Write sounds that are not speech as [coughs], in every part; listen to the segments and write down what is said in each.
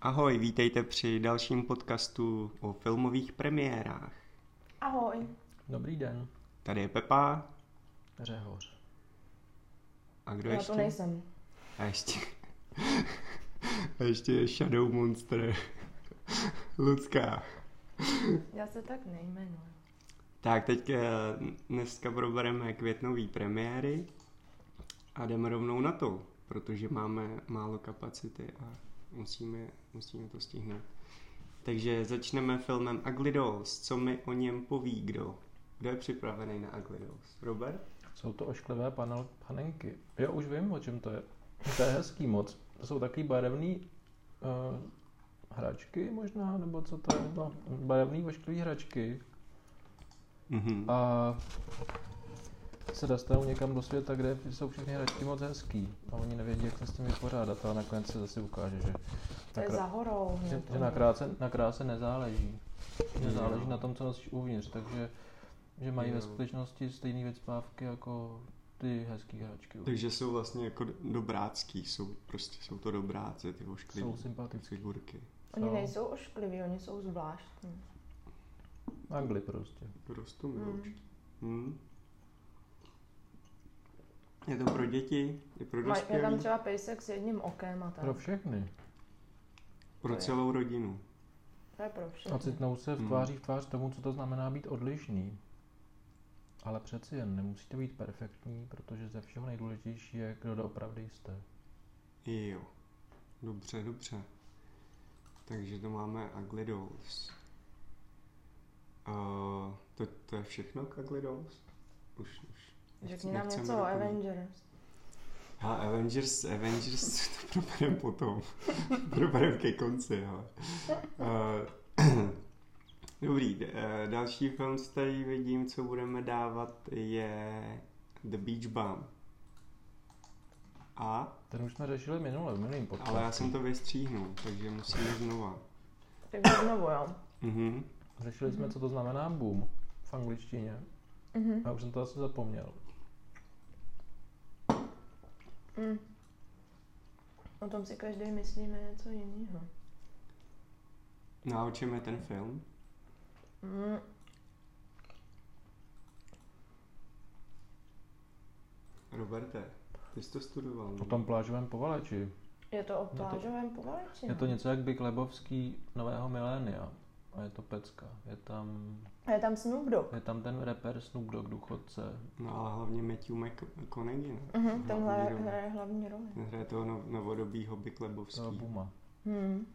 Ahoj, vítejte při dalším podcastu o filmových premiérách. Ahoj. Dobrý den, Tady je Pepa Řehoř. a kdo Já ještě? to nejsem. A ještě... [laughs] a ještě je Shadow Monster. [laughs] Lucka. Já se tak nejmenuji. Tak, teď eh, dneska probereme květnové premiéry a jdeme rovnou na to, protože máme málo kapacity a musíme, musíme to stihnout. Takže začneme filmem Ugly Dolls. Co mi o něm poví kdo? Kdo je připravený na Ugly Dolls? Robert? Jsou to ošklivé panel, panenky. Jo, už vím, o čem to je. To je hezký moc. To jsou takový barevný uh, hračky možná, nebo co to je? No, barevný ošklivý hračky. Mhm. A se dostanou někam do světa, kde jsou všechny hračky moc hezký. A oni nevědí, jak se s tím vypořádat. A nakonec se zase ukáže, že To je nakrát- za horou. No, Že, něco. že na, kráse, na kráse nezáleží. Že záleží na tom, co nosíš uvnitř, takže že mají Jo. ve skutečnosti stejný věc pávky jako ty hezký hračky. uvnitř. Takže jsou vlastně jako d- dobrácký, jsou prostě jsou to dobráci, ty ošklivý Jsou sympatický. figurky. Oni Jsou nejsou oškliví, oni jsou zvláštní. Angli prostě. Rostou Mm. mm. hmm. Je to pro děti, je pro Maj, je tam dospělé, třeba pejsek s jedním okem a tak. Pro všechny. pro celou rodinu. To je pro A všechny. citnou se v Hmm. tváří v tvář tomu, co to znamená být odlišný. Ale přeci jen nemusíte být perfektní, protože ze všeho nejdůležitější je, kdo doopravdy jste. Jo. Dobře, dobře. Takže to máme Ugly Dolls. Uh, to, to je všechno k Ugly Dolls? Už, už. Řekni nám nechceme něco o doplnit. Avengers. A Avengers, Avengers [laughs] to proberem potom. proberem ke konci, ale. Uh, [clears throat] dobrý, d- eh, další film, co tady vidím, co budeme dávat, je The Beach Bum. A, Ten už jsme řešili minule, v minulým podcastu. ale já jsem to vystříhnul, takže musíme znova. Takže znovu, jo. Mhm. Řešili jsme, co to znamená boom v angličtině. Mhm. Já už jsem to asi zapomněl. Mm. O tom si každý myslíme něco jiného. No a o čem je ten film? Mm. Roberte, ty jsi to studoval. ne? O tom plážovém povaleči. Je to o to- plážovém povaleči. Je no. to něco jak Big Lebovský nového milénia. A je to pecka. Je tam, A je tam Snoop Dogg. je tam ten rapper Snoop Dogg důchodce. No ale hlavně Matthew McConaughey, ne? Mhm, tenhle Hlavní roli. hraje hlavní roli. Ten hraje toho no- novodobýho Big toho Lebowský. Buma. Hmm.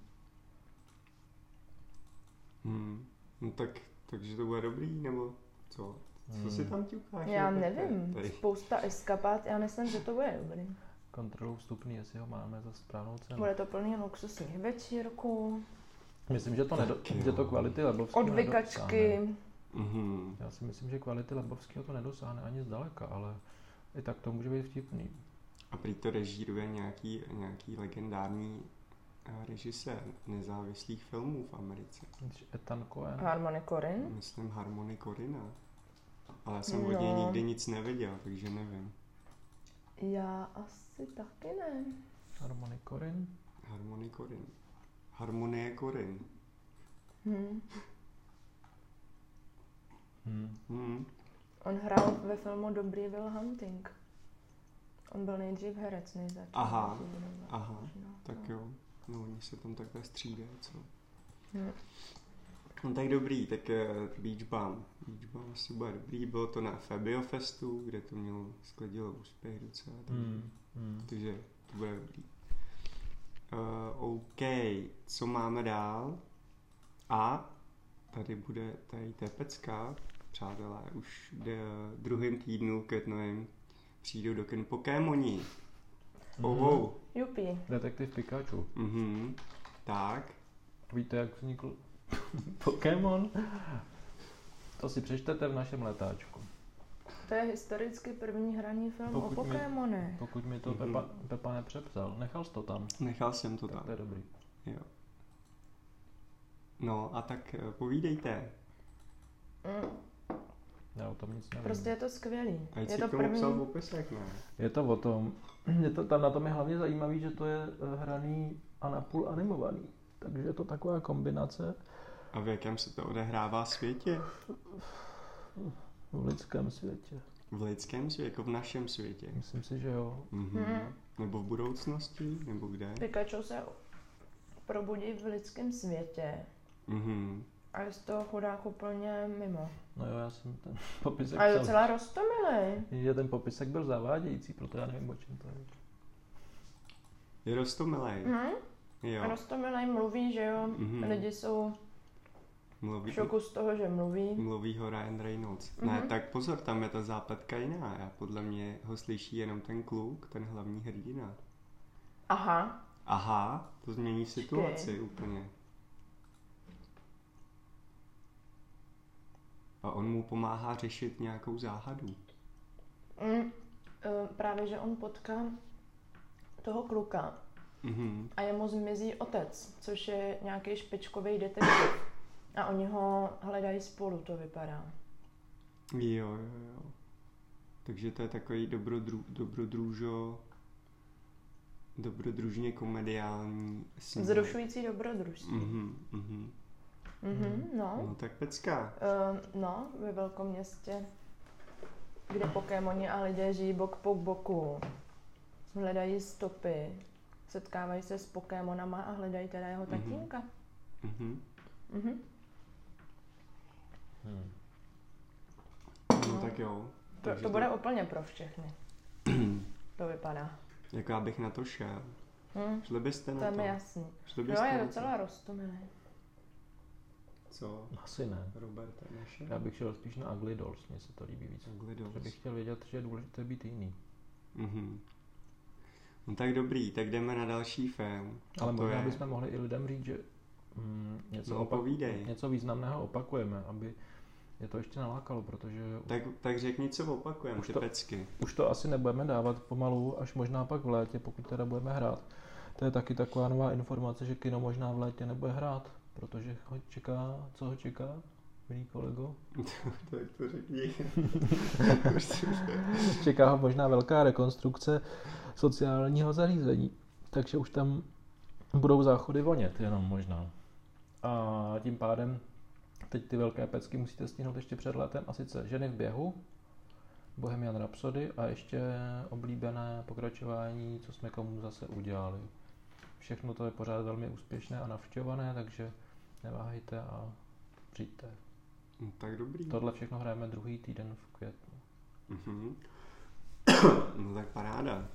Hmm. No tak, takže to bude dobrý, nebo co? Co Hmm. si tam ťukáš? Já no, tak to je nevím, tady. spousta eskapát, já myslím, že to bude dobrý. Kontrolou vstupný, jestli ho máme za správnou cenu. Bude to plný luxusních večírků, Myslím, že to, nedo, Tak jo. že to kvality Lebovského nedosáhne. odvykačky. Mhm. Já si myslím, že kvality Lebovského to nedosáhne ani zdaleka, ale i tak to může být vtipný. A prý to režíruje nějaký, nějaký legendární eh, režisér nezávislých filmů v Americe. Když Ethan Cohen, Harmony Corin. Myslím Harmony Korina. Ale já jsem no. No. od něj nikdy nic neviděl, takže nevím. Já asi taky ne. Harmony Corin, Harmony Korin. Harmonie Korin. Hm. hmm. Hmm. On hrál ve filmu Dobrý Will Hunting. On byl nejdřív herec, než začal. Aha, Nebo- aha, no, Tak jo. No oni se tam takhle střídají, co? No. No tak dobrý, tak eh, Beach Bum. Beach Bum asi bude dobrý, bylo to na Fabio Festu, kde to mělo, sklidilo úspěch docela, tak, Hmm. Hmm. takže to bude dobrý. Uh, OK, co máme dál? A tady bude tady tepecká, přátelé, už v de- druhém týdnu květnovém přijdou do kin Pokémoni. Mhm. Oh, wow. Jupi. Detektiv Pikachu. Mhm. Tak, Víte, jak vznikl [laughs] Pokémon? To si přečtete v našem letáčku. To je historicky první hraný film Pokud o mi- Pokémonech. Pokud mi to Mhm. Pepa, Pepa nepřepsal, nechal jsi to tam. nechal jsem to Tak tam. to je dobrý. No a tak eh, povídejte. Mm. Já o tom nic nevím. Prostě je to skvělý. A Je jsi to k tomu první... psal popisek, ne? Je to o [clears throat] tom, je to, tam na tom je hlavně zajímavý, že to je eh, hraný a napůl animovaný. Takže je to taková kombinace A v jakém se to odehrává světě? v lidském světě. V lidském světě, jako v našem světě. Myslím si, že jo. Mhm. Mhm. Nebo v budoucnosti, nebo kde? Pikachu se probudí v lidském světě Mhm. a je z toho chudák úplně mimo. No jo, já jsem ten [laughs] popisek A je psal. docela roztomilej. Že ten popisek byl zavádějící, proto já nevím, o čem to je. Je rostomilej. Hm? A Jo. roztomilej mluví, že jo? Mhm. Lidi jsou v Mluví, Mhm. šoku z toho, že mluví. mluví ho Ryan Reynolds. Mhm. Ne, tak pozor, tam je ta zápletka jiná. Já podle mě ho slyší jenom ten kluk, ten hlavní hrdina. Aha, Aha, to změní situaci úplně. A on mu pomáhá řešit nějakou záhadu. Mm, eh, právě, že on potká toho kluka Mhm. a jemu zmizí otec, což je nějaký špičkový detektiv. A oni ho hledají spolu, to vypadá. Jo, jo, jo. Takže to je takový dobrodru, dobrodružo, dobrodružně komediální snímek. Zrušující dobrodružství. Mhm, mhm. Mhm, no. No tak pecka. Eh, no, ve velkom městě, kde pokémoni a lidé žijí bok po boku. Hledají stopy, setkávají se s pokémonama a hledají teda jeho Mhm. tatínka. Mhm. Mhm. Hmm. No No. tak jo. To, Takže to bude úplně [clears throat] pro všechny. To vypadá. Jako já bych na to šel. Hm? Šli byste na To je No to? mi jasný. Šli byste Jo, je na docela roztomilý. To? Co? Asi ne. Roberta naše? Já bych šel spíš na Ugly Dolls, mně se to líbí víc. Že Glidos. bych chtěl vědět, že je důležité být jiný. Mhm. No tak dobrý, tak jdeme na další film. Ale A No to možná je... bychom mohli i lidem říct, že mm, něco, No, povídej. něco významného opakujeme, aby je to ještě nalákalo, protože tak. Tak, tak řekni, co opakujeme, Už ty to- pecky. už to asi nebudeme dávat pomalu, až možná pak v létě, pokud teda budeme hrát. To je taky taková nová informace, že kino možná v létě nebude hrát, protože ho čeká, co ho čeká, milý kolego? tak to řekni. Už si- Čeká ho možná velká rekonstrukce sociálního zařízení, takže už tam budou záchody vonět jenom možná. A tím pádem teď ty velké pecky musíte stihnout ještě před letem a sice Ženy v běhu, Bohemian Rhapsody a ještě oblíbené pokračování, co jsme komu zase udělali. Všechno to je pořád velmi úspěšné a navštěvované, takže neváhejte a přijďte. [laughs] No, tak dobrý. Tohle všechno hrajeme druhý týden v květnu. Mhm. No tak paráda.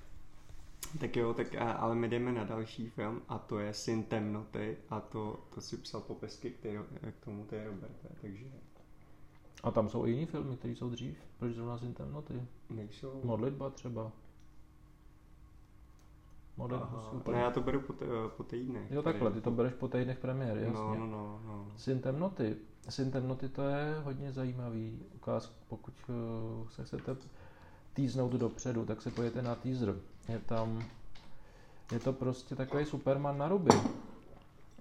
Tak jo, tak a, ale my jdeme na další film a to je Syn temnoty a to, to si psal popisky k, ty, k tomu ty Roberta, takže A tam jsou i jiný filmy, které jsou dřív. Proč zrovna Sin temnoty? nejsou. Modlitba třeba. Modlitbu si Aha. Ne, úplně... já to beru po, t- po týdnech. Jo takhle, ty to bereš po týdnech premiéry, jasně. No, no, no, no. Syn temnoty. Syn temnoty to je hodně zajímavý ukázka, pokud eh, se chcete týznout dopředu, tak se pojete na teaser. Je tam, je to prostě takový Superman na ruby.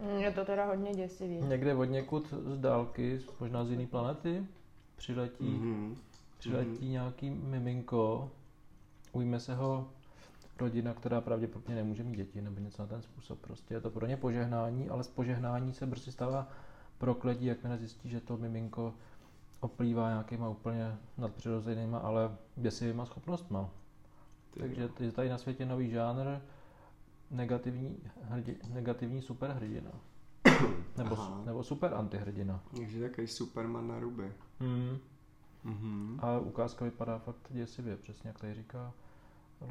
Mm, Je to teda hodně děsivý. No, Někde od někud z dálky, možná z jiné planety, přiletí Mhm. přiletí nějaký miminko, ujme se ho rodina, která pravděpodobně nemůže mít děti nebo něco na ten způsob. Prostě je to pro ně požehnání, ale z požehnání se brzy stává prokletí, jakmile zjistí, že to miminko oplývá nějakýma úplně nadpřirozenýma, ale děsivýma schopnostma. Ty Takže je tady na světě nový žánr, negativní, hrdi, [coughs] negativní superhrdina. nebo, Aha. su- nebo super antihrdina. Takže takový Superman na ruby. Hmm. Mhm. A ukázka vypadá fakt děsivě, přesně jak tady říká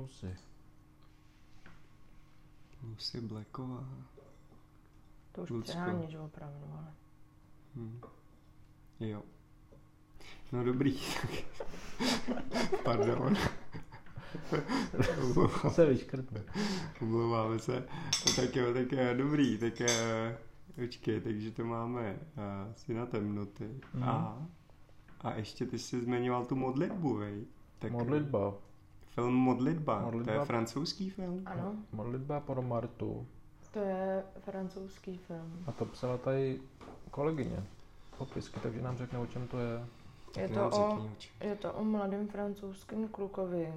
Lucy. [laughs] Lucy prostě Blacková. To už Lucko. přeháníš opravdu, ale... Mhm. Jo. No dobrý. [laughs] Pardon. [laughs] To se vyškrtne. Omlouváme se. No tak jo, tak eh, dobrý, tak eh, počkej, takže to máme eh, si na temnoty. Mhm. A, a ještě ty jsi zmiňoval tu modlitbu, vej? Tak, Modlitba. Film Modlitba. Modlitba. to je francouzský film? Ano, Modlitba pro Martu. to je francouzský film. A to psala tady kolegyně. Popisky, takže nám řekne, o čem to je. Tak Je to nám o- řekni, oč- Je to o mladém francouzském klukovi,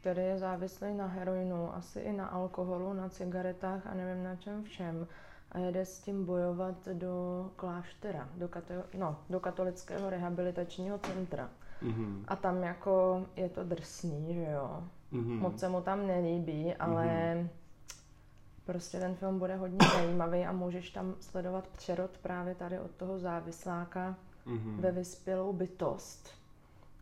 který je závislý na heroinu, asi i na alkoholu, na cigaretách a nevím na čem všem. a jede s tím bojovat do kláštera, do, kato- no, do katolického rehabilitačního centra. Mhm. A tam jako je to drsný, že jo. Mhm. Moc se mu tam nelíbí, ale prostě ten film bude hodně zajímavý a můžeš tam sledovat přerod právě tady od toho závisláka Mhm. Hmm. ve vyspělou bytost.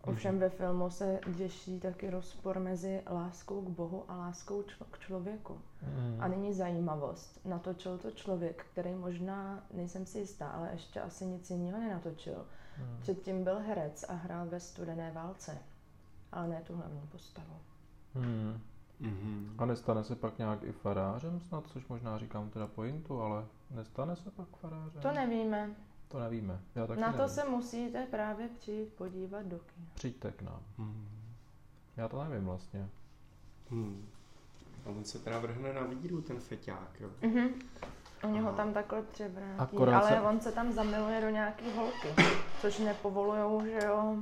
Ovšem ve filmu se děší taky rozpor mezi láskou k Bohu a láskou člo- k člověku. Mm. A nyní zajímavost. Natočil to člověk, který možná, nejsem si jistá, ale ještě asi nic jiného nenatočil. Mm. Předtím byl herec a hrál ve studené válce. Ale ne tu hlavní postavu. Mm. Mhm. A nestane se pak nějak i farářem snad, což možná říkám teda pointu, ale nestane se pak farářem? To nevíme. To nevíme. Já Hmm. taky Na nevím. to se musíte právě přijít podívat do kina. Přijďte k nám. Mhm. Já to nevím vlastně. Mhm. A on se teda vrhne na víru, ten feťák, jo. Mhm. Oni ho Aha. tam takhle převrátí, No. Akorát ale se- on se tam zamiluje do nějaký holky, což nepovolujou, že jo,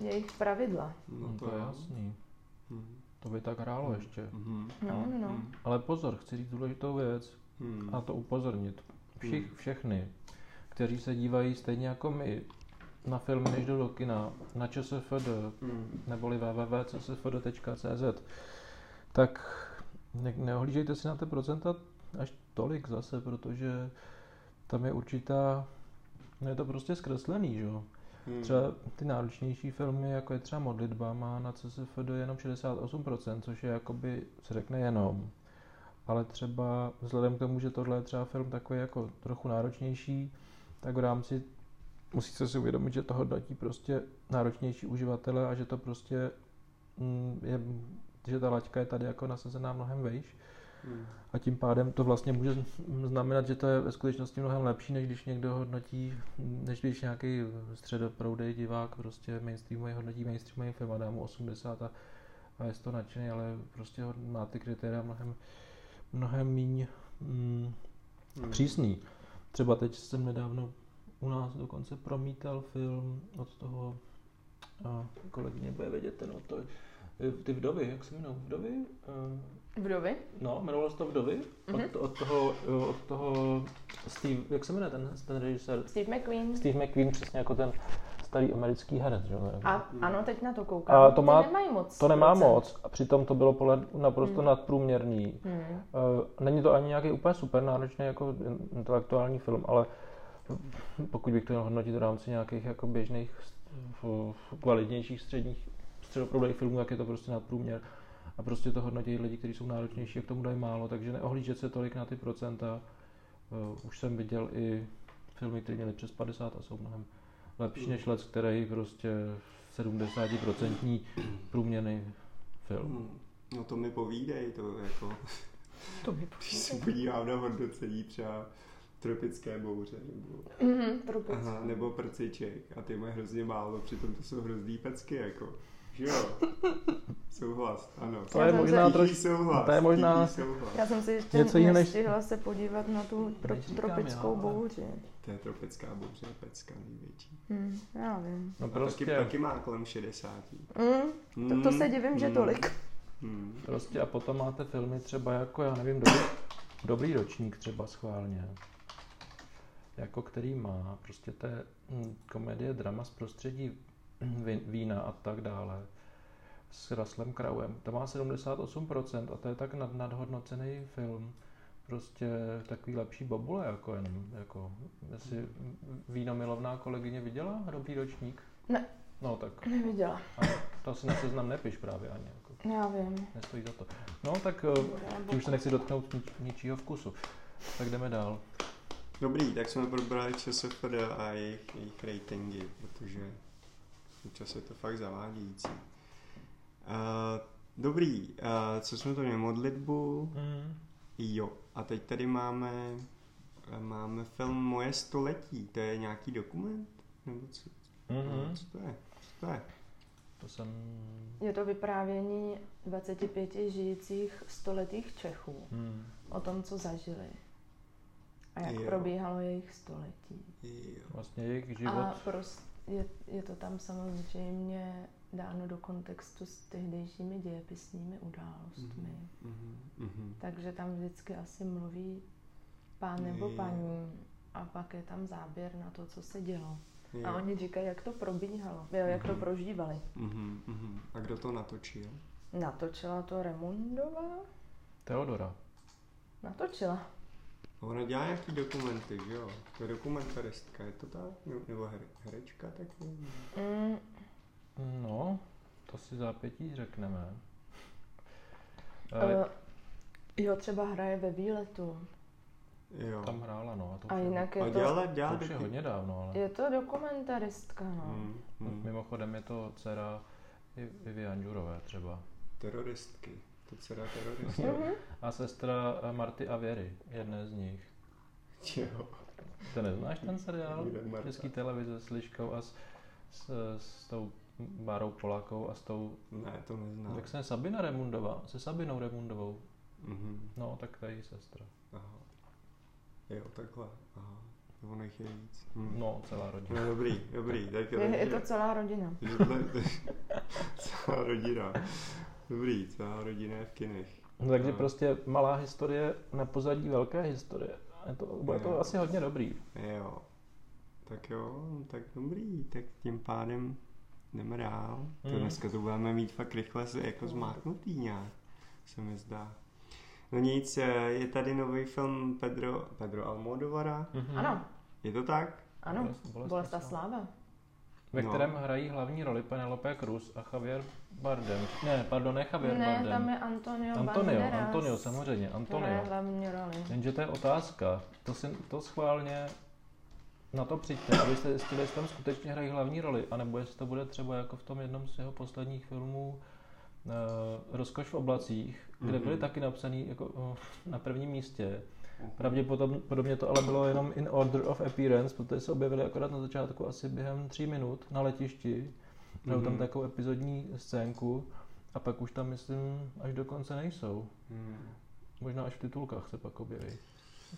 jejich pravidla. No to Hmm. je jasný. Mhm. To by tak hrálo ještě. Mhm. No, no, no. Mhm. Ale pozor, chci říct důležitou věc Mhm. a to upozornit. Všich, všechny, kteří se dívají stejně jako my na filmy, než jdou do kina, na ČSFD, Mhm. neboli www.csfd.cz, tak ne- neohlížejte si na ty procenta až tolik zase, protože tam je určitá, no je to prostě zkreslený, že jo. Mhm. Třeba ty náročnější filmy, jako je třeba Modlitba, má na CSFD jenom 68%, což je jakoby, se řekne jenom. Ale třeba vzhledem k tomu, že tohle je třeba film takový jako trochu náročnější, tak v rámci musíte si uvědomit, že toho datí prostě náročnější uživatele a že to prostě mm, je, že ta laťka je tady jako nasazená mnohem vejš Mhm. a tím pádem to vlastně může z- znamenat, že to je ve skutečnosti mnohem lepší, než když někdo hodnotí, než když nějaký středoproudej divák prostě mainstreamový hodnotí mainstreamový film a dá mu 80 a, a je z toho nadšený, ale prostě ho- má ty kritéria mnohem, mnohem míň mm, Mhm. přísný. Třeba teď jsem nedávno u nás dokonce promítal film od toho, a kolegyně bude vědět ten autor, ty vdovy, jak se jmenou, vdovy? Eh, Vdovy? No, jmenovalo se to Vdovy. Mhm. Od, od, toho, jo, od toho Steve, jak se jmenuje ten, ten režisér? Steve McQueen. Steve McQueen, přesně jako ten starý americký herec, že? jo? A Mhm. ano, teď na to koukám. A to má- Ty nemají moc. To nemá procent. moc a přitom to bylo podle naprosto Hmm. nadprůměrný. Hmm. Eh, Není to ani nějaký úplně super náročný jako intelektuální film, ale pokud bych to měl hodnotit v rámci nějakých jako běžných f- f- kvalitnějších středních středoproudových filmů, tak je to prostě nadprůměr. A prostě to hodnotí lidi, kteří jsou náročnější, jak tomu dají málo, takže neohlížet se tolik na ty procenta. Eh, Už jsem viděl i filmy, které měly přes 50 a jsou mnohem lepší než let, který prostě 70% průměrný film. Mhm. No to mi povídej, to jako... [laughs] To mi Když se podívám na hodnocení třeba tropické bouře nebo, Mhm, trupic. aha, nebo prciček a ty mají hrozně málo, přitom to jsou hrozný pecky jako. Že [laughs] jo? Souhlas, ano. To je Já možná jsem Tichý trošku souhlas, to je možná- tichý souhlas. Já jsem si ještě Něco jiného než- nestihla se podívat na tu tro- Neříkám tropickou já, ale- bouři. To je tropická bouře, pecka největší. Hm, já vím. No A prostě... prostě, taky, taky má kolem 60. Hm, Hmm. to, to se Mm, divím, že mm, tolik. [laughs] mm. prostě a potom máte filmy třeba jako, já nevím, dobrý, dobrý ročník třeba schválně. Jako který má prostě té hm, komedie, drama z prostředí vin- vína a tak dále s Raslem Krauem. To má 78% a to je tak nad, nadhodnocený film. Prostě takový lepší bobule, jako jenom, jako, jestli vínomilovná kolegyně viděla dobrý ročník? Ne. No tak, Neviděla. to asi na seznam nepiš právě ani. Jako. Já vím. Nestojí za to. No, tak eh, tím už se nechci dotknout nič, ničího vkusu. Tak jdeme dál. Dobrý, tak jsme probrali ČSFD a jejich, jejich ratingy, protože občas je to fakt zavádějící. Uh, dobrý, uh, co jsme to měli, modlitbu? Mm. Jo, a teď tady máme, eh, máme film Moje století, to je nějaký dokument? Nebo co, Mm-hmm. co to je? Co to je? To jsem... Je to vyprávění 25 žijících stoletých Čechů Mm. o tom, co zažili a jak Jo. probíhalo jejich století. Jo. Vlastně jejich život. A prostě je, je to tam samozřejmě dáno do kontextu s tehdejšími dějepisnými událostmi. Mhm, mhm. Takže tam vždycky asi mluví pán nebo Je. paní. A pak je tam záběr na to, co se dělo. Jo. A oni říkají, jak to probíhalo, jo, jak to Mhm. prožívali. Mhm, mhm. A kdo to natočil? Natočila to Remundová? Teodora. Natočila. No, Ona dělá nějaký dokumenty, že jo? To je dokumentaristka, je to tak? Ne- Nebo here, herečka taky? Mm, No, to si zápětí řekneme. Ale uh, jo, třeba hraje ve výletu. Jo. tam hrála, no. A, to A už je- jinak A je to, dělala, dělala to už je hodně dávno, ale... je to dokumentaristka, no. Hmm, hmm. Mimochodem je to dcera I- Ivy Anžurové třeba. Teroristky. To dcera teroristky. Mhm. A sestra eh, Marty a Věry, jedné z nich. [laughs] jo. Ty neznáš ten seriál? Bude Marta. Český televize s Liškou a s, s, s tou Bárou Polákou a s tou, Ne, to no. neznám. jak se jmenuje, Sabina Remundová, se Sabinou Remundovou. Mhm. No, tak to je její sestra. Aha. Jo, takhle. Aha. Ono jich je víc. Hmm. No, celá rodina. No dobrý, [laughs] dobrý. Tak Je, je takže- to celá Hmm. rodina. takže tohle- [laughs] celá rodina. Dobrý, celá rodina je v kinech. No, takže No. prostě malá historie na pozadí velké historie. A Je to, bude to Jo. asi hodně dobrý. Jo. Tak jo, no tak dobrý, tak tím pádem jdeme dál. Hmm. To Hmm. dneska to budeme mít fakt rychle z- jako zmátnutý nějak, se mi zdá. No nic, eh, je tady nový film Pedro, Pedro Almodovara, Mhm. Ano, je to tak? ano. Bolest- bolest Bolesta a sláva. Ve No. kterém hrají hlavní roli Penelope Cruz a Javier Bardem. Ne, pardon, ne Javier Ne, Bardem. tam je Antonio Antonio, Banderas. Antonio, samozřejmě, To je Antonio. hlavní roli. Jenže to je otázka. To, si, to schválně na to přijďte, abyste zjistili, jestli tam skutečně hrají hlavní roli, anebo jestli to bude třeba jako v tom jednom z jeho posledních filmů uh, Rozkoš v oblacích, kde byly Mhm. taky napsaný jako, eh, na prvním místě. Pravděpodobně to ale bylo jenom in order of appearance, protože se objevily akorát na začátku asi během tří minut na letišti. Hrajou tam Mhm. takovou epizodní scénku a pak už tam, myslím, až do konce nejsou. Hmm. Možná až v titulkách se pak objeví.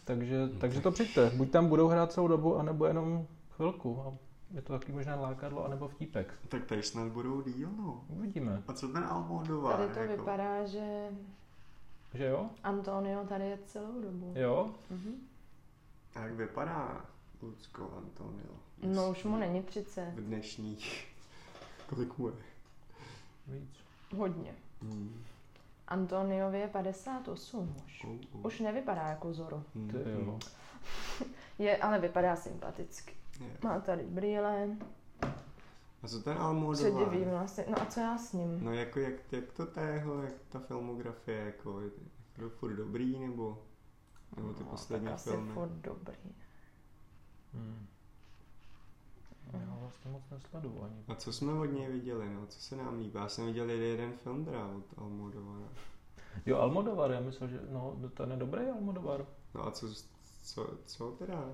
Takže, Hmm. takže to přijďte. Buď tam budou hrát celou dobu, anebo jenom chvilku. A je to taky možná lákadlo, anebo vtípek. Tak tady snad budou díl, no. Uvidíme, A co ten jako, Almodovar? Tady to vypadá, že že jo? Antonio tady je celou dobu. Jo? Mhm. A Jak vypadá Lucko Antonio? No už mu není 30. V dnešních... [laughs] Kolik mu je? Víc. Hodně. Hmm. Antoniovi je 58 už. Oh, oh. Už nevypadá jako Zoro. Hmm. Ty jo. Je, ale vypadá sympaticky. Je. Má tady brýle, A co ten Almodovar? předivý vlastně. No a co já s ním? No jako jak, jak to tého, jak ta filmografie, jako je to furt dobrý, nebo, nebo ty No, poslední tak asi filmy? furt dobrý. Hmm. Hmm. Já ho vlastně moc nesleduju ani. A co jsme od něj viděli, no, co se nám líbí? Já jsem viděl jeden- jeden film teda od Almodovara. Jo, Almodovar, já myslel, že no, ten je dobrý Almodovar. No a co, co, co teda?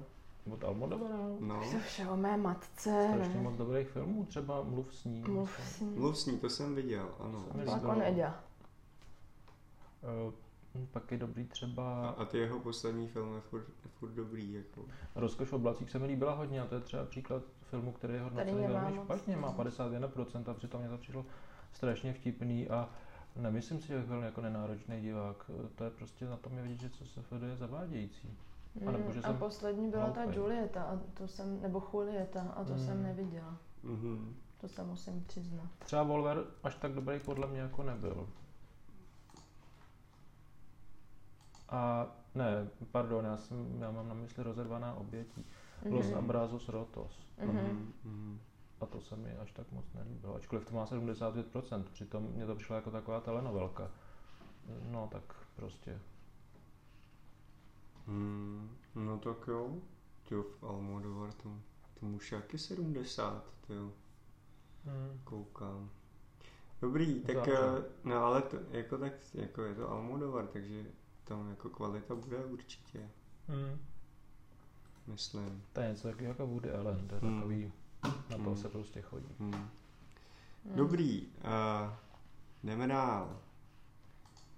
Od Almodovara. No, To vše o mé matce, Strašně ne? moc dobrých filmů, třeba Mluv s ním. Mluv s ním. mluv s ní, to jsem viděl, ano. To jsem Jako líbilo. Neděla. Eh, pak je dobrý A, třeba a ty jeho poslední filmy furt, furt dobrý, jako. Rozkoš v oblacích se mi líbila hodně a to je třeba příklad filmu, který je hodnocený nemá velmi moc. špatně, má 51% a přitom mě to přišlo strašně vtipný a nemyslím si, že bych byl jako nenáročný divák. To je prostě na tom je vidět, že co se je zavádějící. A nebo že Mm, a jsem poslední byla ta hloupej. Julieta, a to jsem, nebo Julieta, a to jsem Mm. neviděla. Mhm. To se musím přiznat. Třeba Volver až tak dobrý podle mě jako nebyl. A ne, pardon, já, jsem, já mám na mysli rozervaná obětí. Los Mhm. Abrazos Rotos. Mhm. Mhm. mhm. A to se mi až tak moc nelíbilo, ačkoliv to má 75%, přitom mě to přišlo jako taková telenovelka. No tak prostě. Hmm, no tak jo. Jo, Almodovar, to, to už je jaký 70, to jo. Hmm. Koukám. Dobrý, tak, Dobře. eh, no ale to, jako tak, jako je to Almodovar, takže tam jako kvalita bude určitě, Hmm. myslím. To je něco takového jako Woody Allen, to je Hmm. takový, na to Hmm. se prostě chodí. Hmm. Mm. Dobrý, uh, jdeme dál.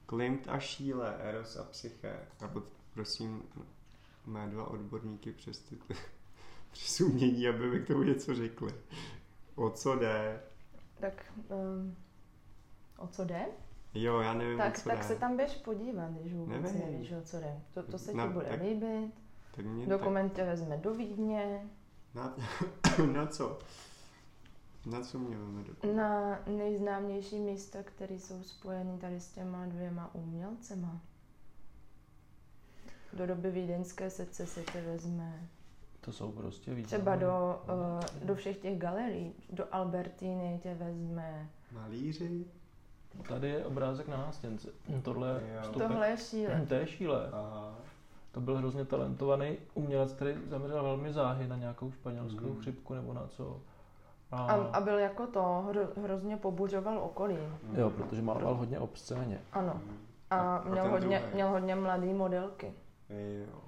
Klimt a Šíle, Eros a Psyché. A pod, prosím mé dva odborníky přes, ty, [laughs] přes umění, aby mi k tomu něco řekli. O co jde? Tak um, o co jde? Jo, já nevím, o Tak, co tak jde. se tam běž podívat, když vůbec Nevím. nevíš, o co jde. To, to se ti No, bude tak- líbit. Tak mě tak... Dokument tě vezme do Vídně Na... [coughs] na co? Na co mě máme dokument? na nejznámější místa, které jsou spojeny tady s těma dvěma umělcema. Do doby vídeňské sece se tě vezme To jsou prostě víc. třeba do, eh, do všech těch galerií, do Albertiny tě vezme. Malíři? Tady je obrázek na nástěnce. Tohle Jo. je vstupek. Tohle je šíle. To je šíle. A... To byl hrozně talentovaný umělec, který zemřel velmi záhy na nějakou španělskou Mhm. chřipku nebo na co. A, A, a byl jako to, hro, hrozně pobuřoval okolí. Jo, protože maloval hodně obscéně. Ano. Mm. A A- a měl ten hodně, druhý. měl hodně mladý modelky. Jo.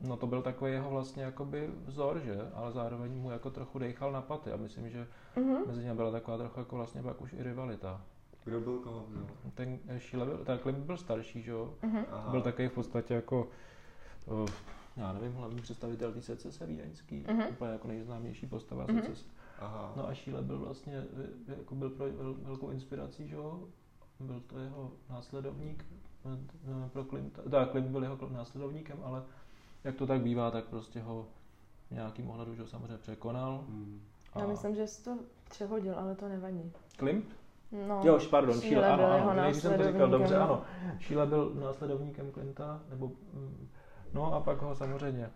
No to byl takový jeho vlastně jakoby vzor, že? Ale zároveň mu jako trochu dejchal na paty a myslím, že Mhm. mezi nimi byla taková trochu jako vlastně pak už i rivalita. Kdo byl koho? No. Ten Šíle byl, ten Klim byl starší, že jo? Aha. Byl takový v podstatě jako, uh, já nevím, hlavní představitel té CCS vídeňský, Mhm. mm-hmm. úplně jako nejznámější postava Mhm. mm-hmm. CCS. Aha. No a Šíle byl vlastně, eh, jako byl pro vel- velkou inspirací, že jo? Byl to jeho následovník, eh, eh, pro Klimta, teda Klimt byl jeho kl- následovníkem, ale jak to tak bývá, tak prostě ho v nějakým ohledu, že ho samozřejmě překonal. Mm. A Já myslím, že jsi to přehodil, ale to nevadí. Klimt? No, Jo, už pardon, Šíle Šíle, byl ano, jeho ano, nejdřív jsem to říkal následovníkem. dobře, ano. Šíle byl následovníkem Klimta, nebo, mm, no a pak ho samozřejmě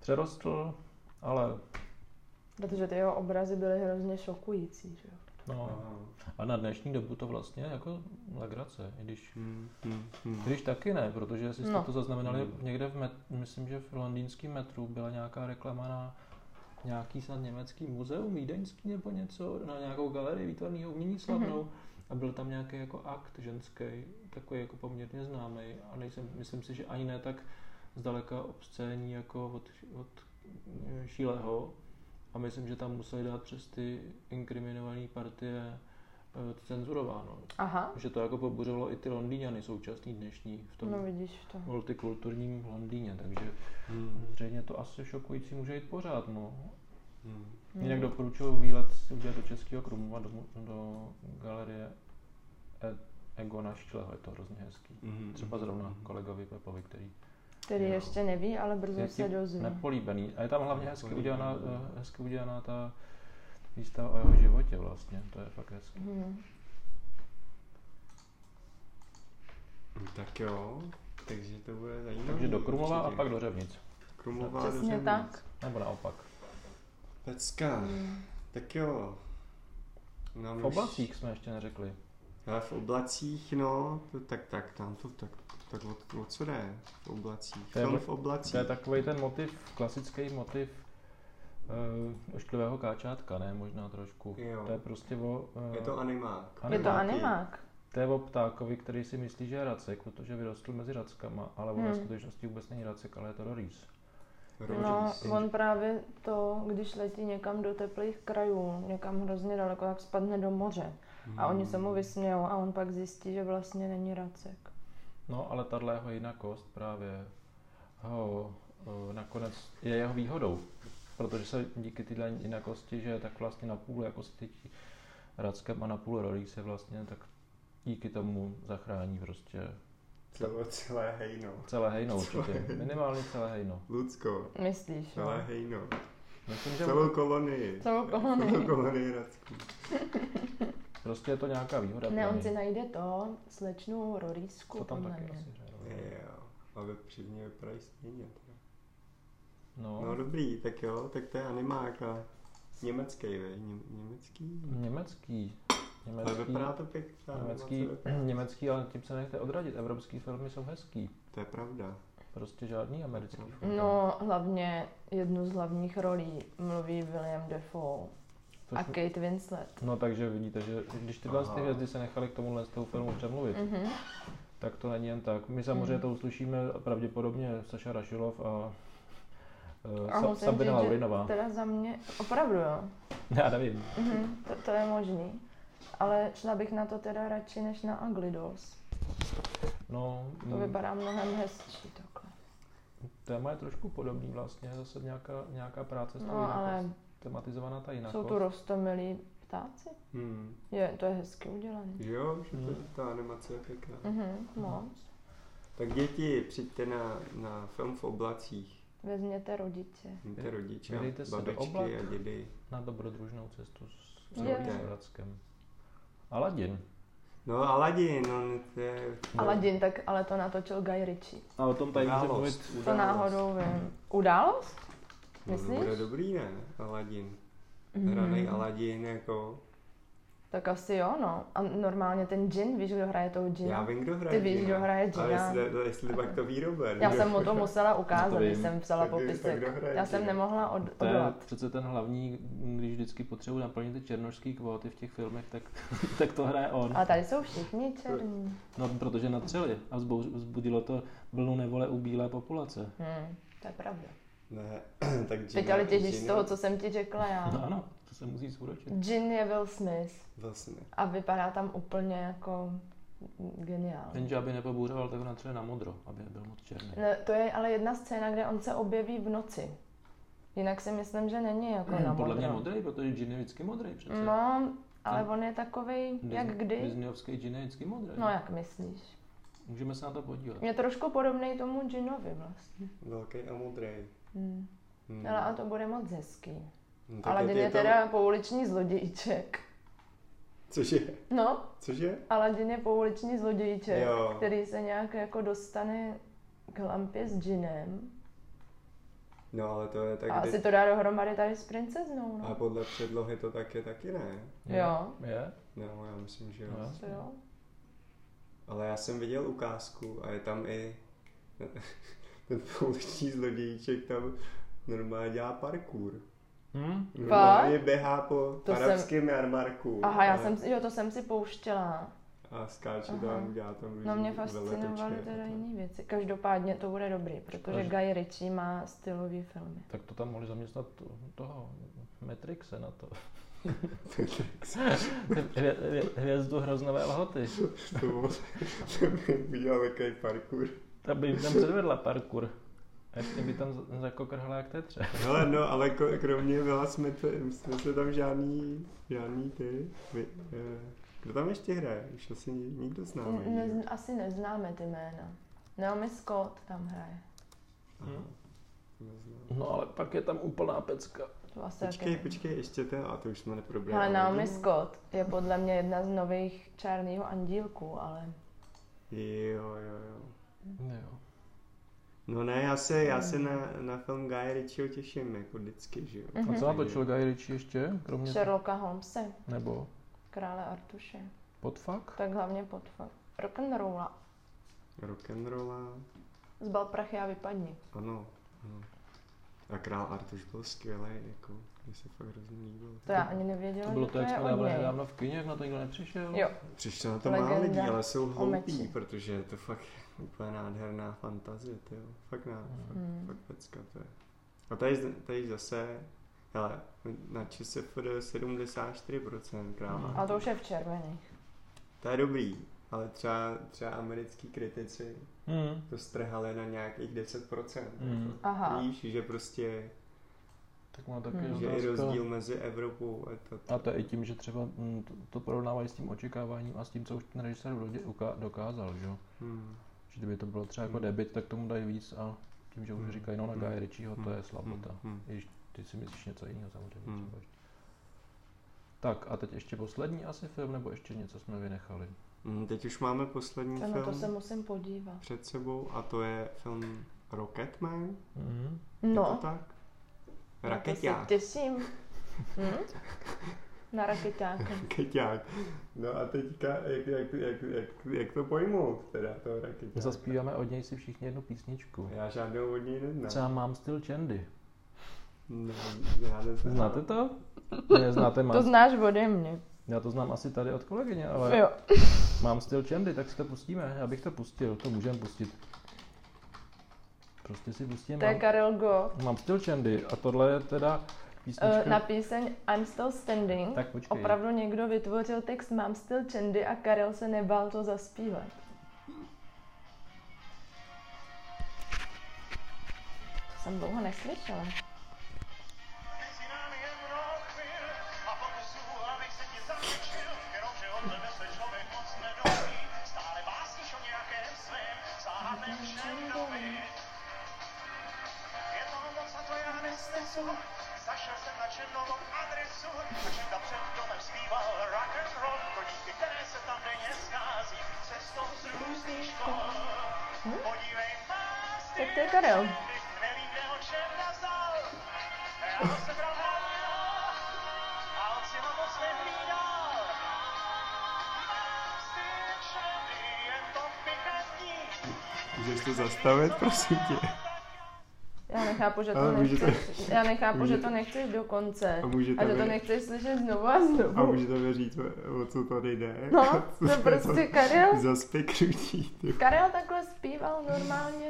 přerostl, ale protože ty jeho obrazy byly hrozně šokující, že jo. no, Aha. a na dnešní dobu to vlastně jako legrace, i když Mm. Mm. Mm. když taky ne, protože jestli jste No. to zaznamenali Mm. někde v met, myslím, že v londýnském metru byla nějaká reklama na nějaký snad německý muzeum vídeňský nebo něco, na nějakou galerii výtvarného umění slavnou. A byl tam nějaký jako akt ženský, takový jako poměrně známý. A nejsem, myslím si, že ani ne tak zdaleka obscénní jako od, od eh, Šíleho. A myslím, že tam museli dát přes ty inkriminované partie eh, cenzurováno. Aha, Že to jako pobuřovalo i ty Londýňany současný dnešní v tom no vidíš to. multikulturním Londýně, takže Mm. zřejmě to asi šokující může jít pořád, no. Mm. Mm. Jinak doporučuji výlet si udělat do Českého Krumlova, do, mu- do galerie E- Egona Ščleho, je to hrozně hezký. Mm. Třeba zrovna Mm. kolegovi Pepovi, který Který Jo. ještě neví, ale brzo Je se ti dozví. nepolíbený. A je tam hlavně hezky Nepolíbený. udělaná, eh, hezky udělaná ta výstava o jeho životě vlastně, to je fakt hezký. Hmm. Hmm, Tak jo, takže to bude zajímavé. Takže do Krumlova a pak do Řevnic, Krumlova a do No, Přesně Řevnic. tak. Hmm. nebo naopak. Pecka, tak jo. No, Nám V oblacích jsme ještě neřekli. Ale v oblacích, no, to, tak, tak, tam to, tak, tak od, od co jde? V oblacích. To je Film od- v oblacích. To je takový ten motiv, klasický motiv uh, ošklivého káčátka, ne? Možná trošku. Jo. To je prostě o, uh, Je to animák. Je to Animáky. animák. to je o ptákovi, který si myslí, že je racek, protože vyrostl mezi rackama, ale on Hmm. ve skutečnosti vůbec není racek, ale je to rýs. No, Rodis. on právě to, když letí někam do teplých krajů, někam hrozně daleko, tak spadne do moře. A oni se mu vysmějou a on pak zjistí, že vlastně není racek. No, ale tahle jeho jinakost právě ho uh, nakonec je jeho výhodou, protože se díky téhle jinakosti, že je tak vlastně napůl jako s tětí rackem a napůl rolí se vlastně, tak díky tomu zachrání prostě Celé, celé hejno. Celé hejno určitě. Minimálně celé hejno. Lucko, Myslíš, no? celé jo? hejno. Myslím, že Celou kolonii. Celou Celou kolonii. kolonii Radku. prostě je to nějaká výhoda. Ne, pro on něj. si najde to, slečnu To Rorísku, tam podle taky mě. asi hraje. roli. Jo, ale předně vypadají stejně. teda. No No, dobrý, tak jo, tak to je animák a německý, vej, Ně, německý? německý. Ale Německý, vypadá to pěkně. ta německý, animace. [clears throat] německý, ale tím se nechte odradit. Evropský filmy jsou hezký. To je pravda. Prostě žádný americký film. No, hlavně jednu z hlavních rolí mluví William Defoe To a jsme- Kate Winslet. No takže vidíte, že když tyhle Aha. ty hvězdy se nechali k tomuhle z toho filmu přemluvit, Mhm. tak to není jen tak. My samozřejmě Mhm. to uslyšíme pravděpodobně Saša Rašilov a, eh, A Sa- musím Sabina říct, že Laurinová. Teda za mě, opravdu jo, [laughs] Já nevím. mhm. to, to je možný. Ale šla bych na to teda radši než na Ugly Dolls. No, To mm, Hmm. vypadá mnohem hezčí takhle. Téma je trošku podobný vlastně, zase nějaká, nějaká práce s tou No, ale jinakost. tematizovaná ta jinakost. jsou tu rostomilí ptáci. Hmm. Je, to je hezky udělané. Jo, že to, Hmm. ta animace je pěkná. Mhm, moc. Tak děti, přijďte na, na film v oblacích. Vezměte rodiče. Mějte rodiče, Vydejte se do babičky oblak. a dědy. Na dobrodružnou cestu s s Jo. Rokem Svratskem. Aladin. No Aladin, on to je... Aladin, tak ale to natočil Guy Ritchie. A o tom tady můžeme Událost. mluvit To náhodou vím. Událost? no, Myslíš? Mhm. Bude dobrý, ne? Aladin. Hranej Aladin, jako... Tak asi jo, no. A normálně ten džin, víš, kdo hraje toho džina? Já vím, kdo hraje Ty víš, Gina. kdo hraje Ale Gina. jestli, jestli pak to ví Robert. Já že? jsem mu to musela To ukázat, vím. když jsem psala Tak kdo- tak popisek. kdo hraje Já jsem Gina? nemohla od, To je odolat. přece ten hlavní, když vždycky potřebuji naplnit ty černošský kvóty v těch filmech, tak, [laughs] tak to hraje on. A tady jsou všichni černí. No, protože natřeli a vzbou- vzbudilo to vlnu nevole u bílé populace. Hm, to je pravda. Ne, [clears throat] tak Gina, Teď ale těžíš z Gina- toho, co jsem ti řekla No já. ano, to se musí zúročit. Jin je Will Smith Vlastně. a vypadá tam úplně jako geniálně. Jenže aby nepobouřoval, tak ho natřeli na modro, aby nebyl moc černý. No, to je ale jedna scéna, kde on se objeví v noci. Jinak si myslím, že není jako na Hmm, Podle mě modro. modrý, protože džin je vždycky modrý přece. No, ale Ten- on je takovej, Disney- jak kdy. Disneyovský džin je vždycky modrý. No, jak myslíš? Můžeme se na to podívat. Je trošku podobný tomu džinovi vlastně. Velký a modrý. Hmm. Hmm. Ale a to bude moc hezký. No, tak Aladin je je to- teda pouliční zlodějíček. Cože? No, Cože? Aladin je pouliční zlodějíček, Jo. který se nějak jako dostane k lampě s džinem. No ale to je tak... A kdy- asi to dá dohromady tady s princeznou, A no. podle předlohy to tak je taky ne. Jo. Je? No, já myslím, že jo. No. To jo. Ale já jsem viděl ukázku a je tam i [laughs] ten pouliční zlodějíček tam normálně dělá parkour. Hm? Normálně běhá po To to jsem- arabském jsem... jarmarku. Aha, já a, jsem, si- jo, to jsem si pouštěla. A skáče Aha. tam, dělá tam různý No mě fascinovaly [laughs] veletoče a teda tak. jiné věci. Každopádně to bude dobrý, protože Škoda, že- Guy Ritchie má stylový filmy. Tak to tam mohli zaměstnat to- toho Matrixe na to. [laughs] Hvě- hvě- Hvězdu hroznové lhoty. [laughs] To bylo- [laughs] to bych udělal takový parkour. Ta by jim tam předvedla parkour. A ještě by tam za- zakokrhala jak tetře. Hele, no, ale ko- kromě Vila jsme, t- jsme se tam žádný, žádný ty, vy, eh, kdo tam ještě hraje? Už asi ni- nikdo s námi. Ne, ne, asi neznáme ty jména. Naomi Scott tam hraje. Hmm. Aha, neznám. No ale pak je tam úplná pecka. To asi Počkej, taky- počkej, ještě to, a to už jsme neprobrali. no. Ale Naomi Scott je podle mě jedna z nových černého andílků, ale Jo, jo, jo. Jo. No ne, já se, já Hmm. se na, na film Guy Ritchieho těším, jako vždycky, že jo. Mhm. A co natočil Guy Ritchie ještě? Kromě Sherlocka Holmese, Nebo krále Artuše. podfak? Tak hlavně pod fa- rock'n'rolla. Rock'n'rolla, Zbal prachy a vypadni. ano, ano. A král Artuš byl skvělý, jako, mně se fakt hrozně líbil. To já ani nevěděla, To bylo že to, to jak je jsme od dávali něj. nedávno v kyně, jak na to nikdo nepřišel. Jo, Přišlo na to málo Legenda lidí, ale jsou o meči. hloupí, protože je to fakt úplně nádherná fantazie, tyjo. Fakt, ná, Hmm. fakt, fakt pecka to je. A tady, z- tady zase, hele, na ČSFD 74% kráva. Hmm. a to už je v červených. To je dobrý, ale třeba, třeba americký kritici Hmm. to strhali na nějakých 10%. Hmm. Jako. Aha. Víš, že prostě, Tak má taky Hmm. že je otázka. rozdíl mezi Evropou a to. A to je i tím, že třeba mm, to, to porovnávají s tím očekáváním a s tím, co už ten režisér dodě- uka- dokázal, že jo. Hmm. Že kdyby to bylo třeba jako Hmm. debit, tak tomu dají víc a tím, že Hmm. už říkají, no na Guy Hmm. Ritchieho, to je slabota. Hmm. Hmm. I když ty si myslíš něco jiného samozřejmě. Hmm. třeba ještě. Tak a teď ještě poslední asi film, nebo ještě něco jsme vynechali. Hmm, Teď už máme poslední To, no, film to se musím podívat. před sebou a to je film Rocketman. Mm. Je to No, tak? na to se Raketák. těším. [laughs] Hm? Na raketáka. Raketák. No a teďka, jak, jak, jak, jak, jak to pojmout teda, toho raketáka? Zaspíváme od něj si všichni jednu písničku. Já žádnou od něj neznám. Třeba mám styl Chandy. No, já neznám. Znáte to? Neznáte mám. To znáš ode mě. Já to znám asi tady od kolegyně, ale Jo. mám styl Chandy, tak si to pustíme. Já bych to pustil, to můžeme pustit. Prostě si pustíme. To je Karel Gott. Mám styl Chandy a tohle je teda písnička. Eh, Na píseň I'm Still Standing Tak počkej. opravdu někdo vytvořil text Mám styl Čendy a Karel se nebál to zaspívat. To jsem dlouho neslyšela. Stále básníš o nějakém svém, záhadném adresu. Zašel jsem na černovou adresu, takže tam před domem zpíval rock and roll, koníky, které se tam denně schází, cestou z různých škol. Podívej vás, ty, Tak to je Karel. nevím, kde ho čerda vzal. Já ho sebral hrál, a on si ho moc nehlídal. Vás, ty, čerdy, jen to pikantní, Můžeš to zastavit, prosím tě. Já nechápu, že to Ale můžete- nechceš, já nechápu, že můžete- to nechceš do konce. A můžete A že to mi- nechceš slyšet znovu a znovu. A můžete mi říct, o co tady jde? No, to [laughs] Co [laughs] prostě Karel. Za speknutí, ty. Karel takhle zpíval normálně.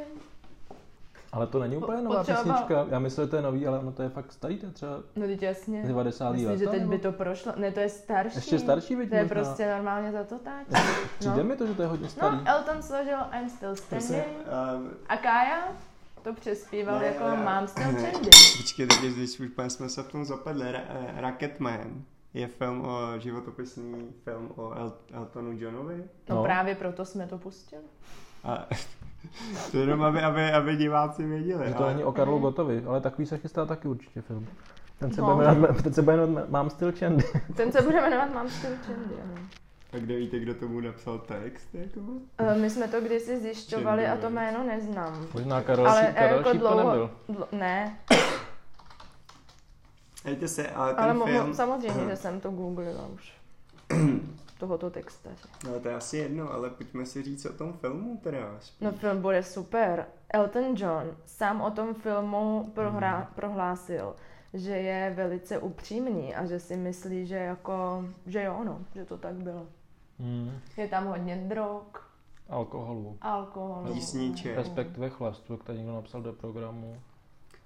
Ale to není úplně Po- nová potřeba- písnička. Já myslím, že to je nový, ale ono to je fakt starý, to je třeba No teď jasně. 90. Myslím, let. že teď by to prošlo. Ne, to je starší. Ještě starší byť To je možná. prostě normálně za to tak. Přijde mi to, že to je hodně starý. No, Elton složil I'm Still Prosím, Standing. ehm, A Kája to přespíval Ne, jako ne. Mám [laughs] Still Ne. Standing. Počkej, teď když už úplně jsme se v tom zapadli, Ra- eh, Rocketman je film o, životopisný film o El- Eltonu Johnovi. No, No. právě proto jsme to pustili. A [laughs] to jenom, aby, aby, aby diváci věděli. Že to ale- není o Karlu Gotovi, ale takový se chystá taky určitě film. Ten se No. bude jmenovat, ten se bude jmenovat Mám styl Chandy. Ten se bude jmenovat Mám Still Standing. ano. No. A kde víte, kdo tomu napsal text? Jako? Eh, My jsme to kdysi zjišťovali a to jméno neznám. [laughs] Možná Karel, Ale Šíp- Karel jako Šíp to dlouho, nebyl. dlo, ne, Hejte se, ale ten ale mo, film... mo, samozřejmě, Aha. [clears throat] že jsem to googlila už. Tohoto textaře. No to je asi jedno, ale pojďme si říct o tom filmu teda. No film bude super. Elton John sám o tom filmu prohra, prohlásil, že je velice upřímný a že si myslí, že jako, že jo, no, že to tak bylo. Hmm. Je tam hodně drog, Alkoholu. alkoholu. Jízdníček. Respektive chlastu, který někdo napsal do programu.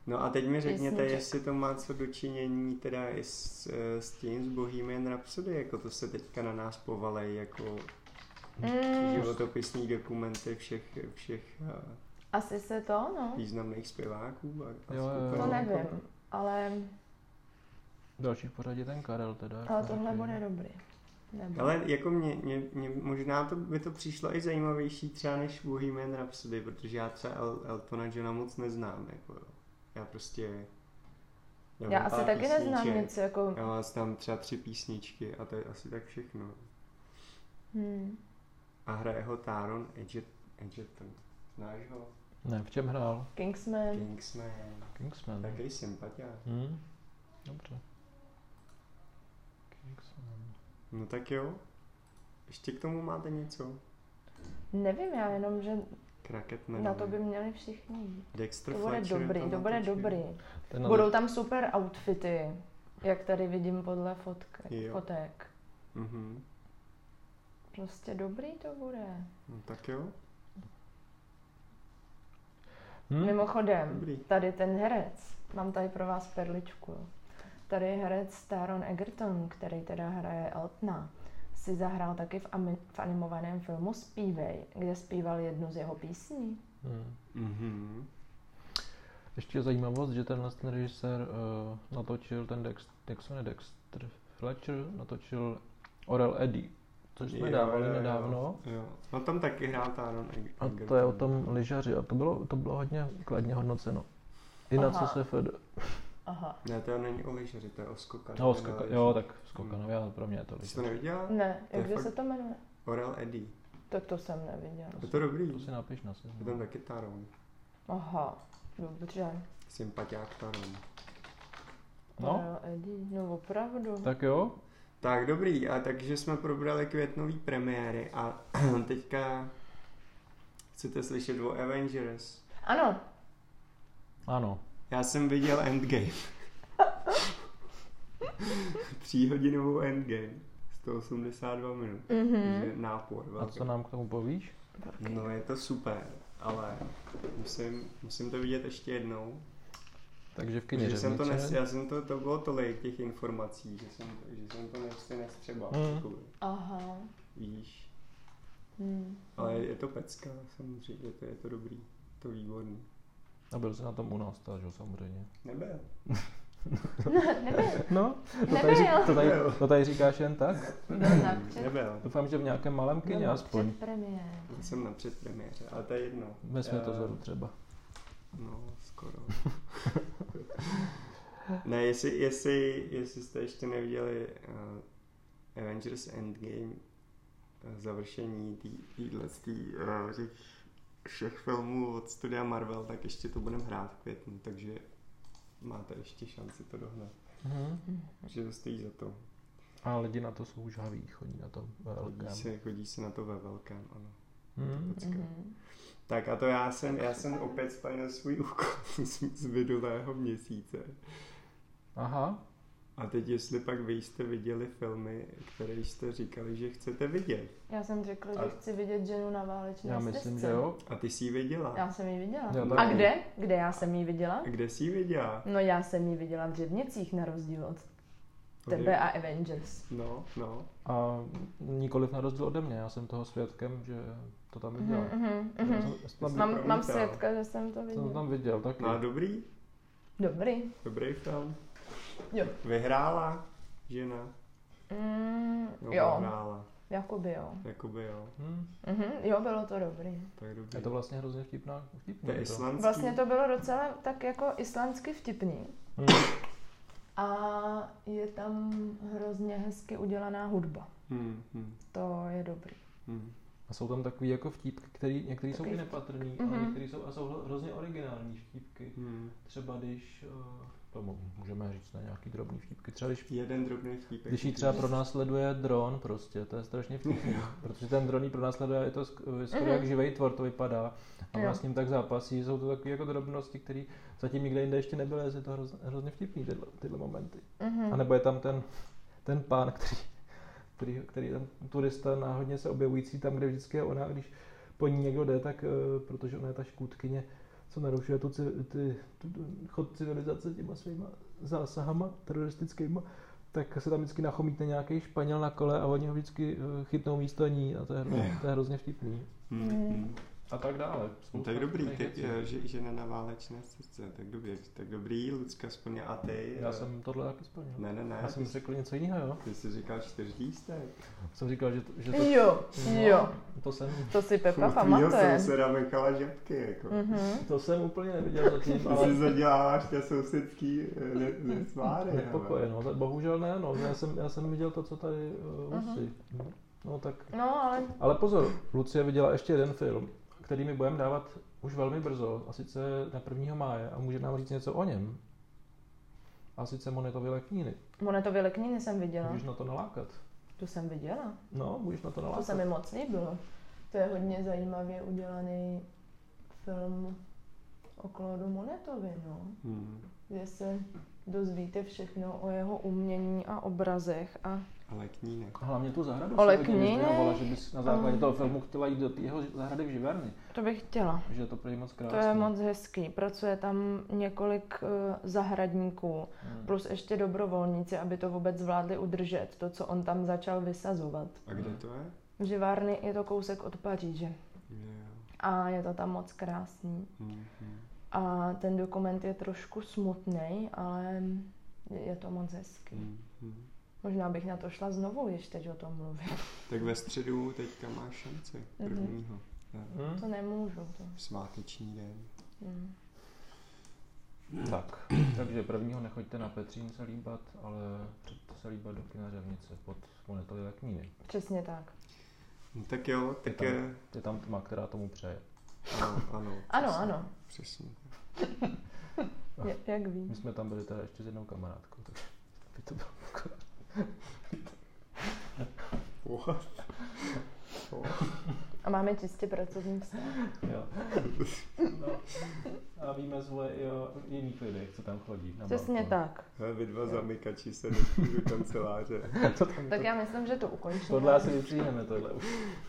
No a teď mi řekněte, Písniček. jestli to má co dočinění teda i s, eh, s tím, s Bohemian Rhapsody, jako to se teďka na nás povalej, jako Mm, životopisní dokumenty všech, všech eh, asi se to, no, významných zpěváků a, a Jo, jo, jo. to skupin. ne- nevím, ale, Další v pořadě ten Karel teda. ale jako tohle takový. bude dobrý. Nebo. Ale jako mě, mě, mě, možná to by to přišlo i zajímavější třeba než Bohemian Rhapsody, protože já třeba El, Eltona Johna moc neznám, jako jo. Já prostě... mám Já asi pár taky neznám písniček. nic, jako, Já mám tam třeba tři písničky a to je asi tak všechno. hm. A hraje ho Taron Edget, Edgerton. Znáš ho? Ne, v čem hrál? Kingsman. Kingsman. Kingsman. Takový sympatiák. Hmm. Dobře. Kingsman. No tak jo. Ještě k tomu máte něco? Nevím, já jenom, že Kraketman. na No, to by měli všichni jít. Dexter To bude Fletcher je dobrý, tam to na bude točku. dobrý. Ten No. na- Budou tam super outfity, jak tady vidím podle fotky, Jo. fotek. Mhm. Prostě dobrý to bude. No tak jo. Hm? Mimochodem, Dobrý. tady ten herec, mám tady pro vás perličku. jo. Tady je herec Taron Egerton, který teda hraje Eltona, si zahrál taky v, ami- v animovaném filmu Spívej, kde zpíval jednu z jeho písní. Hmm. Mhm. Ještě zajímavost, že tenhle ten režisér uh, natočil ten Dex, Dex, ne Dexter Fletcher, natočil Orel Eddy, což jsme Jo, dávali jo, jo. nedávno. Jo. No tam taky hrál Taron Eg- A to Egerton. je o tom lyžaři a to bylo, to bylo hodně kladně hodnoceno. I na Aha. co se fed... Aha. Ne, to není o lyžaři, to je o skokanovi. No, skoka, na jo, lyžích. tak skokanovi, ale pro mě je to Ty jsi to lyžař. neviděla? Ne, To je jak fakt- se to jmenuje? Orel Eddy. Tak to jsem neviděla. Je to dobrý. To si napiš na seznam. Je tam taky Taron. Aha, dobře. Sympatiák Taron. No, Jo, Edi, no opravdu. tak jo, Tak dobrý, a takže jsme probrali květnový premiéry a [clears throat] teďka chcete slyšet o Avengers. Ano, ano. Já jsem viděl Endgame. Tříhodinovou Endgame. 182 minut. mhm. Takže nápor. A velký. co nám k tomu povíš? No je to super, ale musím, musím to vidět ještě jednou. Takže v kyně Že jsem to nes, Řevnice. já jsem to, to bylo tolik těch informací, že jsem, že jsem to nesti nestřebal. Mm. Mm. Aha. Víš. [laughs] Hm. Ale je, je to pecka, samozřejmě, je to, je to dobrý, je to výborný. A byl jsi na tom u nás, teda, že jo, samozřejmě. Nebyl. Nebyl, No, to tady, Nebyl. řík- to, tady, to tady říkáš jen tak? byl na před... Nebyl. Doufám, že v nějakém malém kyně byl na aspoň. předpremiéře. Já jsem na předpremiéře, ale to je jedno. Ve Eh, Světozoru třeba. No, skoro. Ne, jestli, jestli, jestli jste ještě neviděli uh, Avengers Endgame eh, završení týhle uh, těch všech filmů od studia Marvel, tak ještě to budeme hrát v květnu, takže máte ještě šanci to dohnat. Mhm. Že to stojí za to. A lidi na to jsou žhaví, chodí na eh, to Chodí velkém. se, chodí se na to ve velkém, ano. Mhm. Pecka. Mhm. Tak a to já jsem, já jsem opět splnil svůj úkol [laughs] z, z minulého měsíce. Aha, A teď jestli pak vy jste viděli filmy, které jste říkali, že chcete vidět. Já jsem řekla, že A- chci vidět ženu na válečné já myslím, stezce. že jo. A ty jsi ji viděla. Já jsem ji viděla. Já A taky. kde? Kde já jsem ji viděla? A Kde jsi ji viděla? No já jsem ji viděla v Řivnicích na rozdíl od tebe a Avengers. No, no. A nikoliv na rozdíl ode mě, já jsem toho svědkem, že to tam viděl. Mhm, mhm, Já mhm. jsem- já jsem tam, Mám- Mám, mám promítala. svědka, že jsem to jsem to viděla. tam viděl taky. No a dobrý, Dobrý. dobrý film. Jo. Vyhrála žena. Mm, No, jo, Vyhrála. jakoby jo. Jakoby jo. Hm, Mhm, jo, bylo to dobrý. Tak dobrý. je to vlastně hrozně vtipná, vtipný. to je islandský. Vlastně to bylo docela tak jako islandsky vtipný. Hm, A je tam hrozně hezky udělaná hudba. Hmm, hmm, To je dobrý. hmm. A jsou tam takový jako vtípky, který, některý jsou Takový i nepatrný, ale Mhm. některý jsou, a jsou hro- hrozně originální vtípky. Hmm. Třeba když, eh, to mo- můžeme říct na nějaký drobný vtípky, třeba když Jeden drobný vtípek. Když ji třeba pronásleduje dron prostě, to je strašně vtipný, [laughs] protože ten dron ji pronásleduje, je to sk- skoro Mhm. jak živý tvor, to vypadá. A Jo. má s ním tak zápasí, jsou to takové jako drobnosti, které zatím nikde jinde ještě nebyly, je to hroz, hrozně vtipný tyhle, tyhle momenty. Mhm. A nebo je tam ten, ten pán, který, který, který je ten turista náhodně se objevující tam, kde vždycky je ona, když po ní někdo jde, tak eh, protože ona je ta škůdkyně, co narušuje tu, ci- ty, tu, tu chod civilizace těma svýma zásahama teroristickýma, tak se tam vždycky nachomítne nějaký Španěl na kole a oni ho vždycky eh, chytnou místo ní a to je, hro- to je hrozně vtipný. Hmm, hmm. A tak dále. Hmm. No, Spousta tak dobrý, vtipných tak, věcí. eh, že, žena na válečné cestce, tak dobrý, tak dobrý, Lucka splně a ty. Já eh, jsem tohle taky splnil. Ne, ne, ne, Já jsem ty, jsi- řekl něco jiného, jo? ty jsi říkal čtyřdístek. Jsem říkal, že to, že to, No. Jo, jo. to jsem To si Pepa Tvýho pamatuje. souseda Michala Žabky, jako. Mhm. To jsem úplně neviděl [laughs] zatím, Ty ale si zaděláváš tě sousedský eh, ne, nesváry. ale- nepokoje, no, tak bohužel ne, no, já jsem, já jsem viděl to, co tady uh, Mhm. Lucy, no, no tak, No, ale ale pozor, Lucie viděla ještě jeden film, který mi budeme dávat už velmi brzo, a sice na 1. máje, a může nám říct něco o něm, a sice Monetovile kníny, Monetovy knihy jsem viděla. můžeš na to nalákat, Tu jsem viděla. no, můžeš na to To nalákat, se mi moc líbilo. To je hodně zajímavě udělaný film o Claudu Monetovi, no. Hmm. Kde se dozvíte všechno o jeho umění a obrazech a Ale knínek. A Hlavně tu zahradu Ale si hodně kníny? vyzdvihovala, že bys na základě Ah. toho filmu chtěla jít do té jeho zahrady v Živerny, to bych chtěla. že je to prý moc To krásné. je moc hezký. Pracuje tam několik eh, zahradníků, Hmm. plus ještě dobrovolníci, aby to vůbec zvládli udržet, to, co on tam začal vysazovat. A kde to je? V Živárny je to kousek od Paříže Jo. a je to tam moc krásný. Hmm, hmm. A ten dokument je trošku smutný, ale je- je to moc hezký. Hmm, hmm. Možná bych na to šla znovu, když teď o tom mluvím. Hmm. Tak ve středu teďka máš šanci. Mhm. Prvního. Mm-hmm. Hmm? To nemůžu. To. Sváteční den. Mm. Tak, [clears throat] takže prvního nechoďte na Petřín se líbat, ale přijďte se líbat do kina Řevnice pod monetové kníny. Přesně tak. No, tak jo, tak tam. je... Je tam tma, která tomu přeje. Ano, ano. Ano, přesně, ano. Přesně. Je, jak My víš. jsme tam byli teda ještě s jednou kamarádkou, tak by to bylo akorát. [laughs] What? A máme čistě pracovní vztah. Jo. No. A víme svoje i o jiných lidech, co tam chodí. Na Přesně balkon. tak. Hele, Vy dva zamykači se došli do kanceláře. To tam, Tak tak já myslím, že to ukončíme. Tohle asi vypřijeme, tohle už.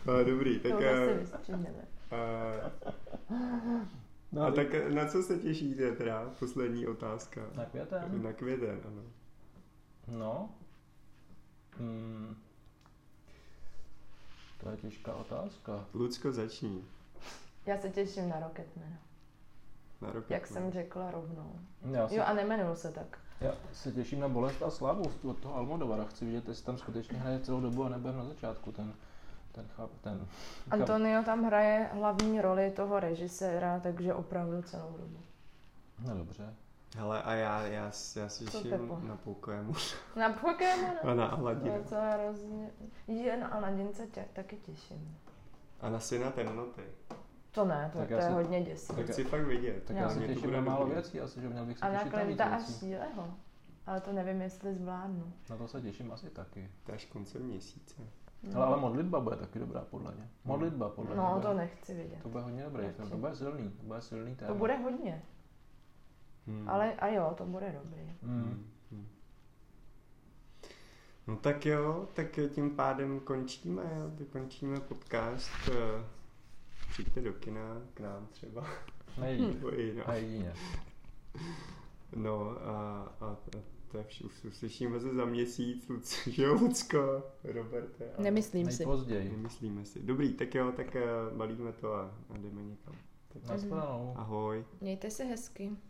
Ale No, dobrý, tak... Tohle si eh, vystříhneme. eh, No, a tak eh, na co se těšíte teda? Poslední otázka. Na květem? Na květen, ano. No. Hmm. To je těžká otázka. Lucko, začni. Já se těším na Rocketmana. Na rok Jak jsem řekla rovnou. Já si Jo, a nemenuju se tak. Já se těším na bolest a slávu od toho Almodovara. Chci vidět, jestli tam skutečně hraje celou dobu a nebo jen na začátku ten, ten, chap, ten chap. Antonio tam hraje hlavní roli toho režiséra, takže opravdu celou dobu. No dobře. Hele, a já, já, já si Co těším Pepo? na Pokémonu Na Pokémona. [laughs] a na To je Aladina co hrozně. Je, no a na Dince tě taky těším. a na Syna temnoty. To ne, to, Tak to já je se- hodně děsí. To Tak- chci fakt vidět. Tak Já. já, Mě se to těším bude na málo dobrý. věcí, asi, že měl bych se A na těšit na víc Klinta a věcí. Šíleho. Ale to nevím, jestli zvládnu. Na to se těším asi taky. To je až koncem měsíce. No, Hele, ale modlitba bude taky dobrá, podle mě. Modlitba, podle mě. no bude- to nechci vidět. To bude hodně dobrý film, to bude silný, to bude silný téma. To bude hodně, Hmm. ale a jo, to bude dobrý. Mm. Hmm. No tak jo, tak tím pádem končíme, jo, ty končíme podcast. eh, Přijďte do kina, k nám třeba. [laughs] Hm. Nejvíc. Nebo i jinam. A jedině. No a, a, a to je vše. Už uslyšíme se za měsíc, Luc, [laughs] že jo, Lucko, Roberte. A Nemyslím si. Mhm. Nejpozději. Nemyslíme si. Dobrý, tak jo, tak eh, balíme to a, a jdeme někam. Tak, Naschledanou. ahoj. Mějte se hezky.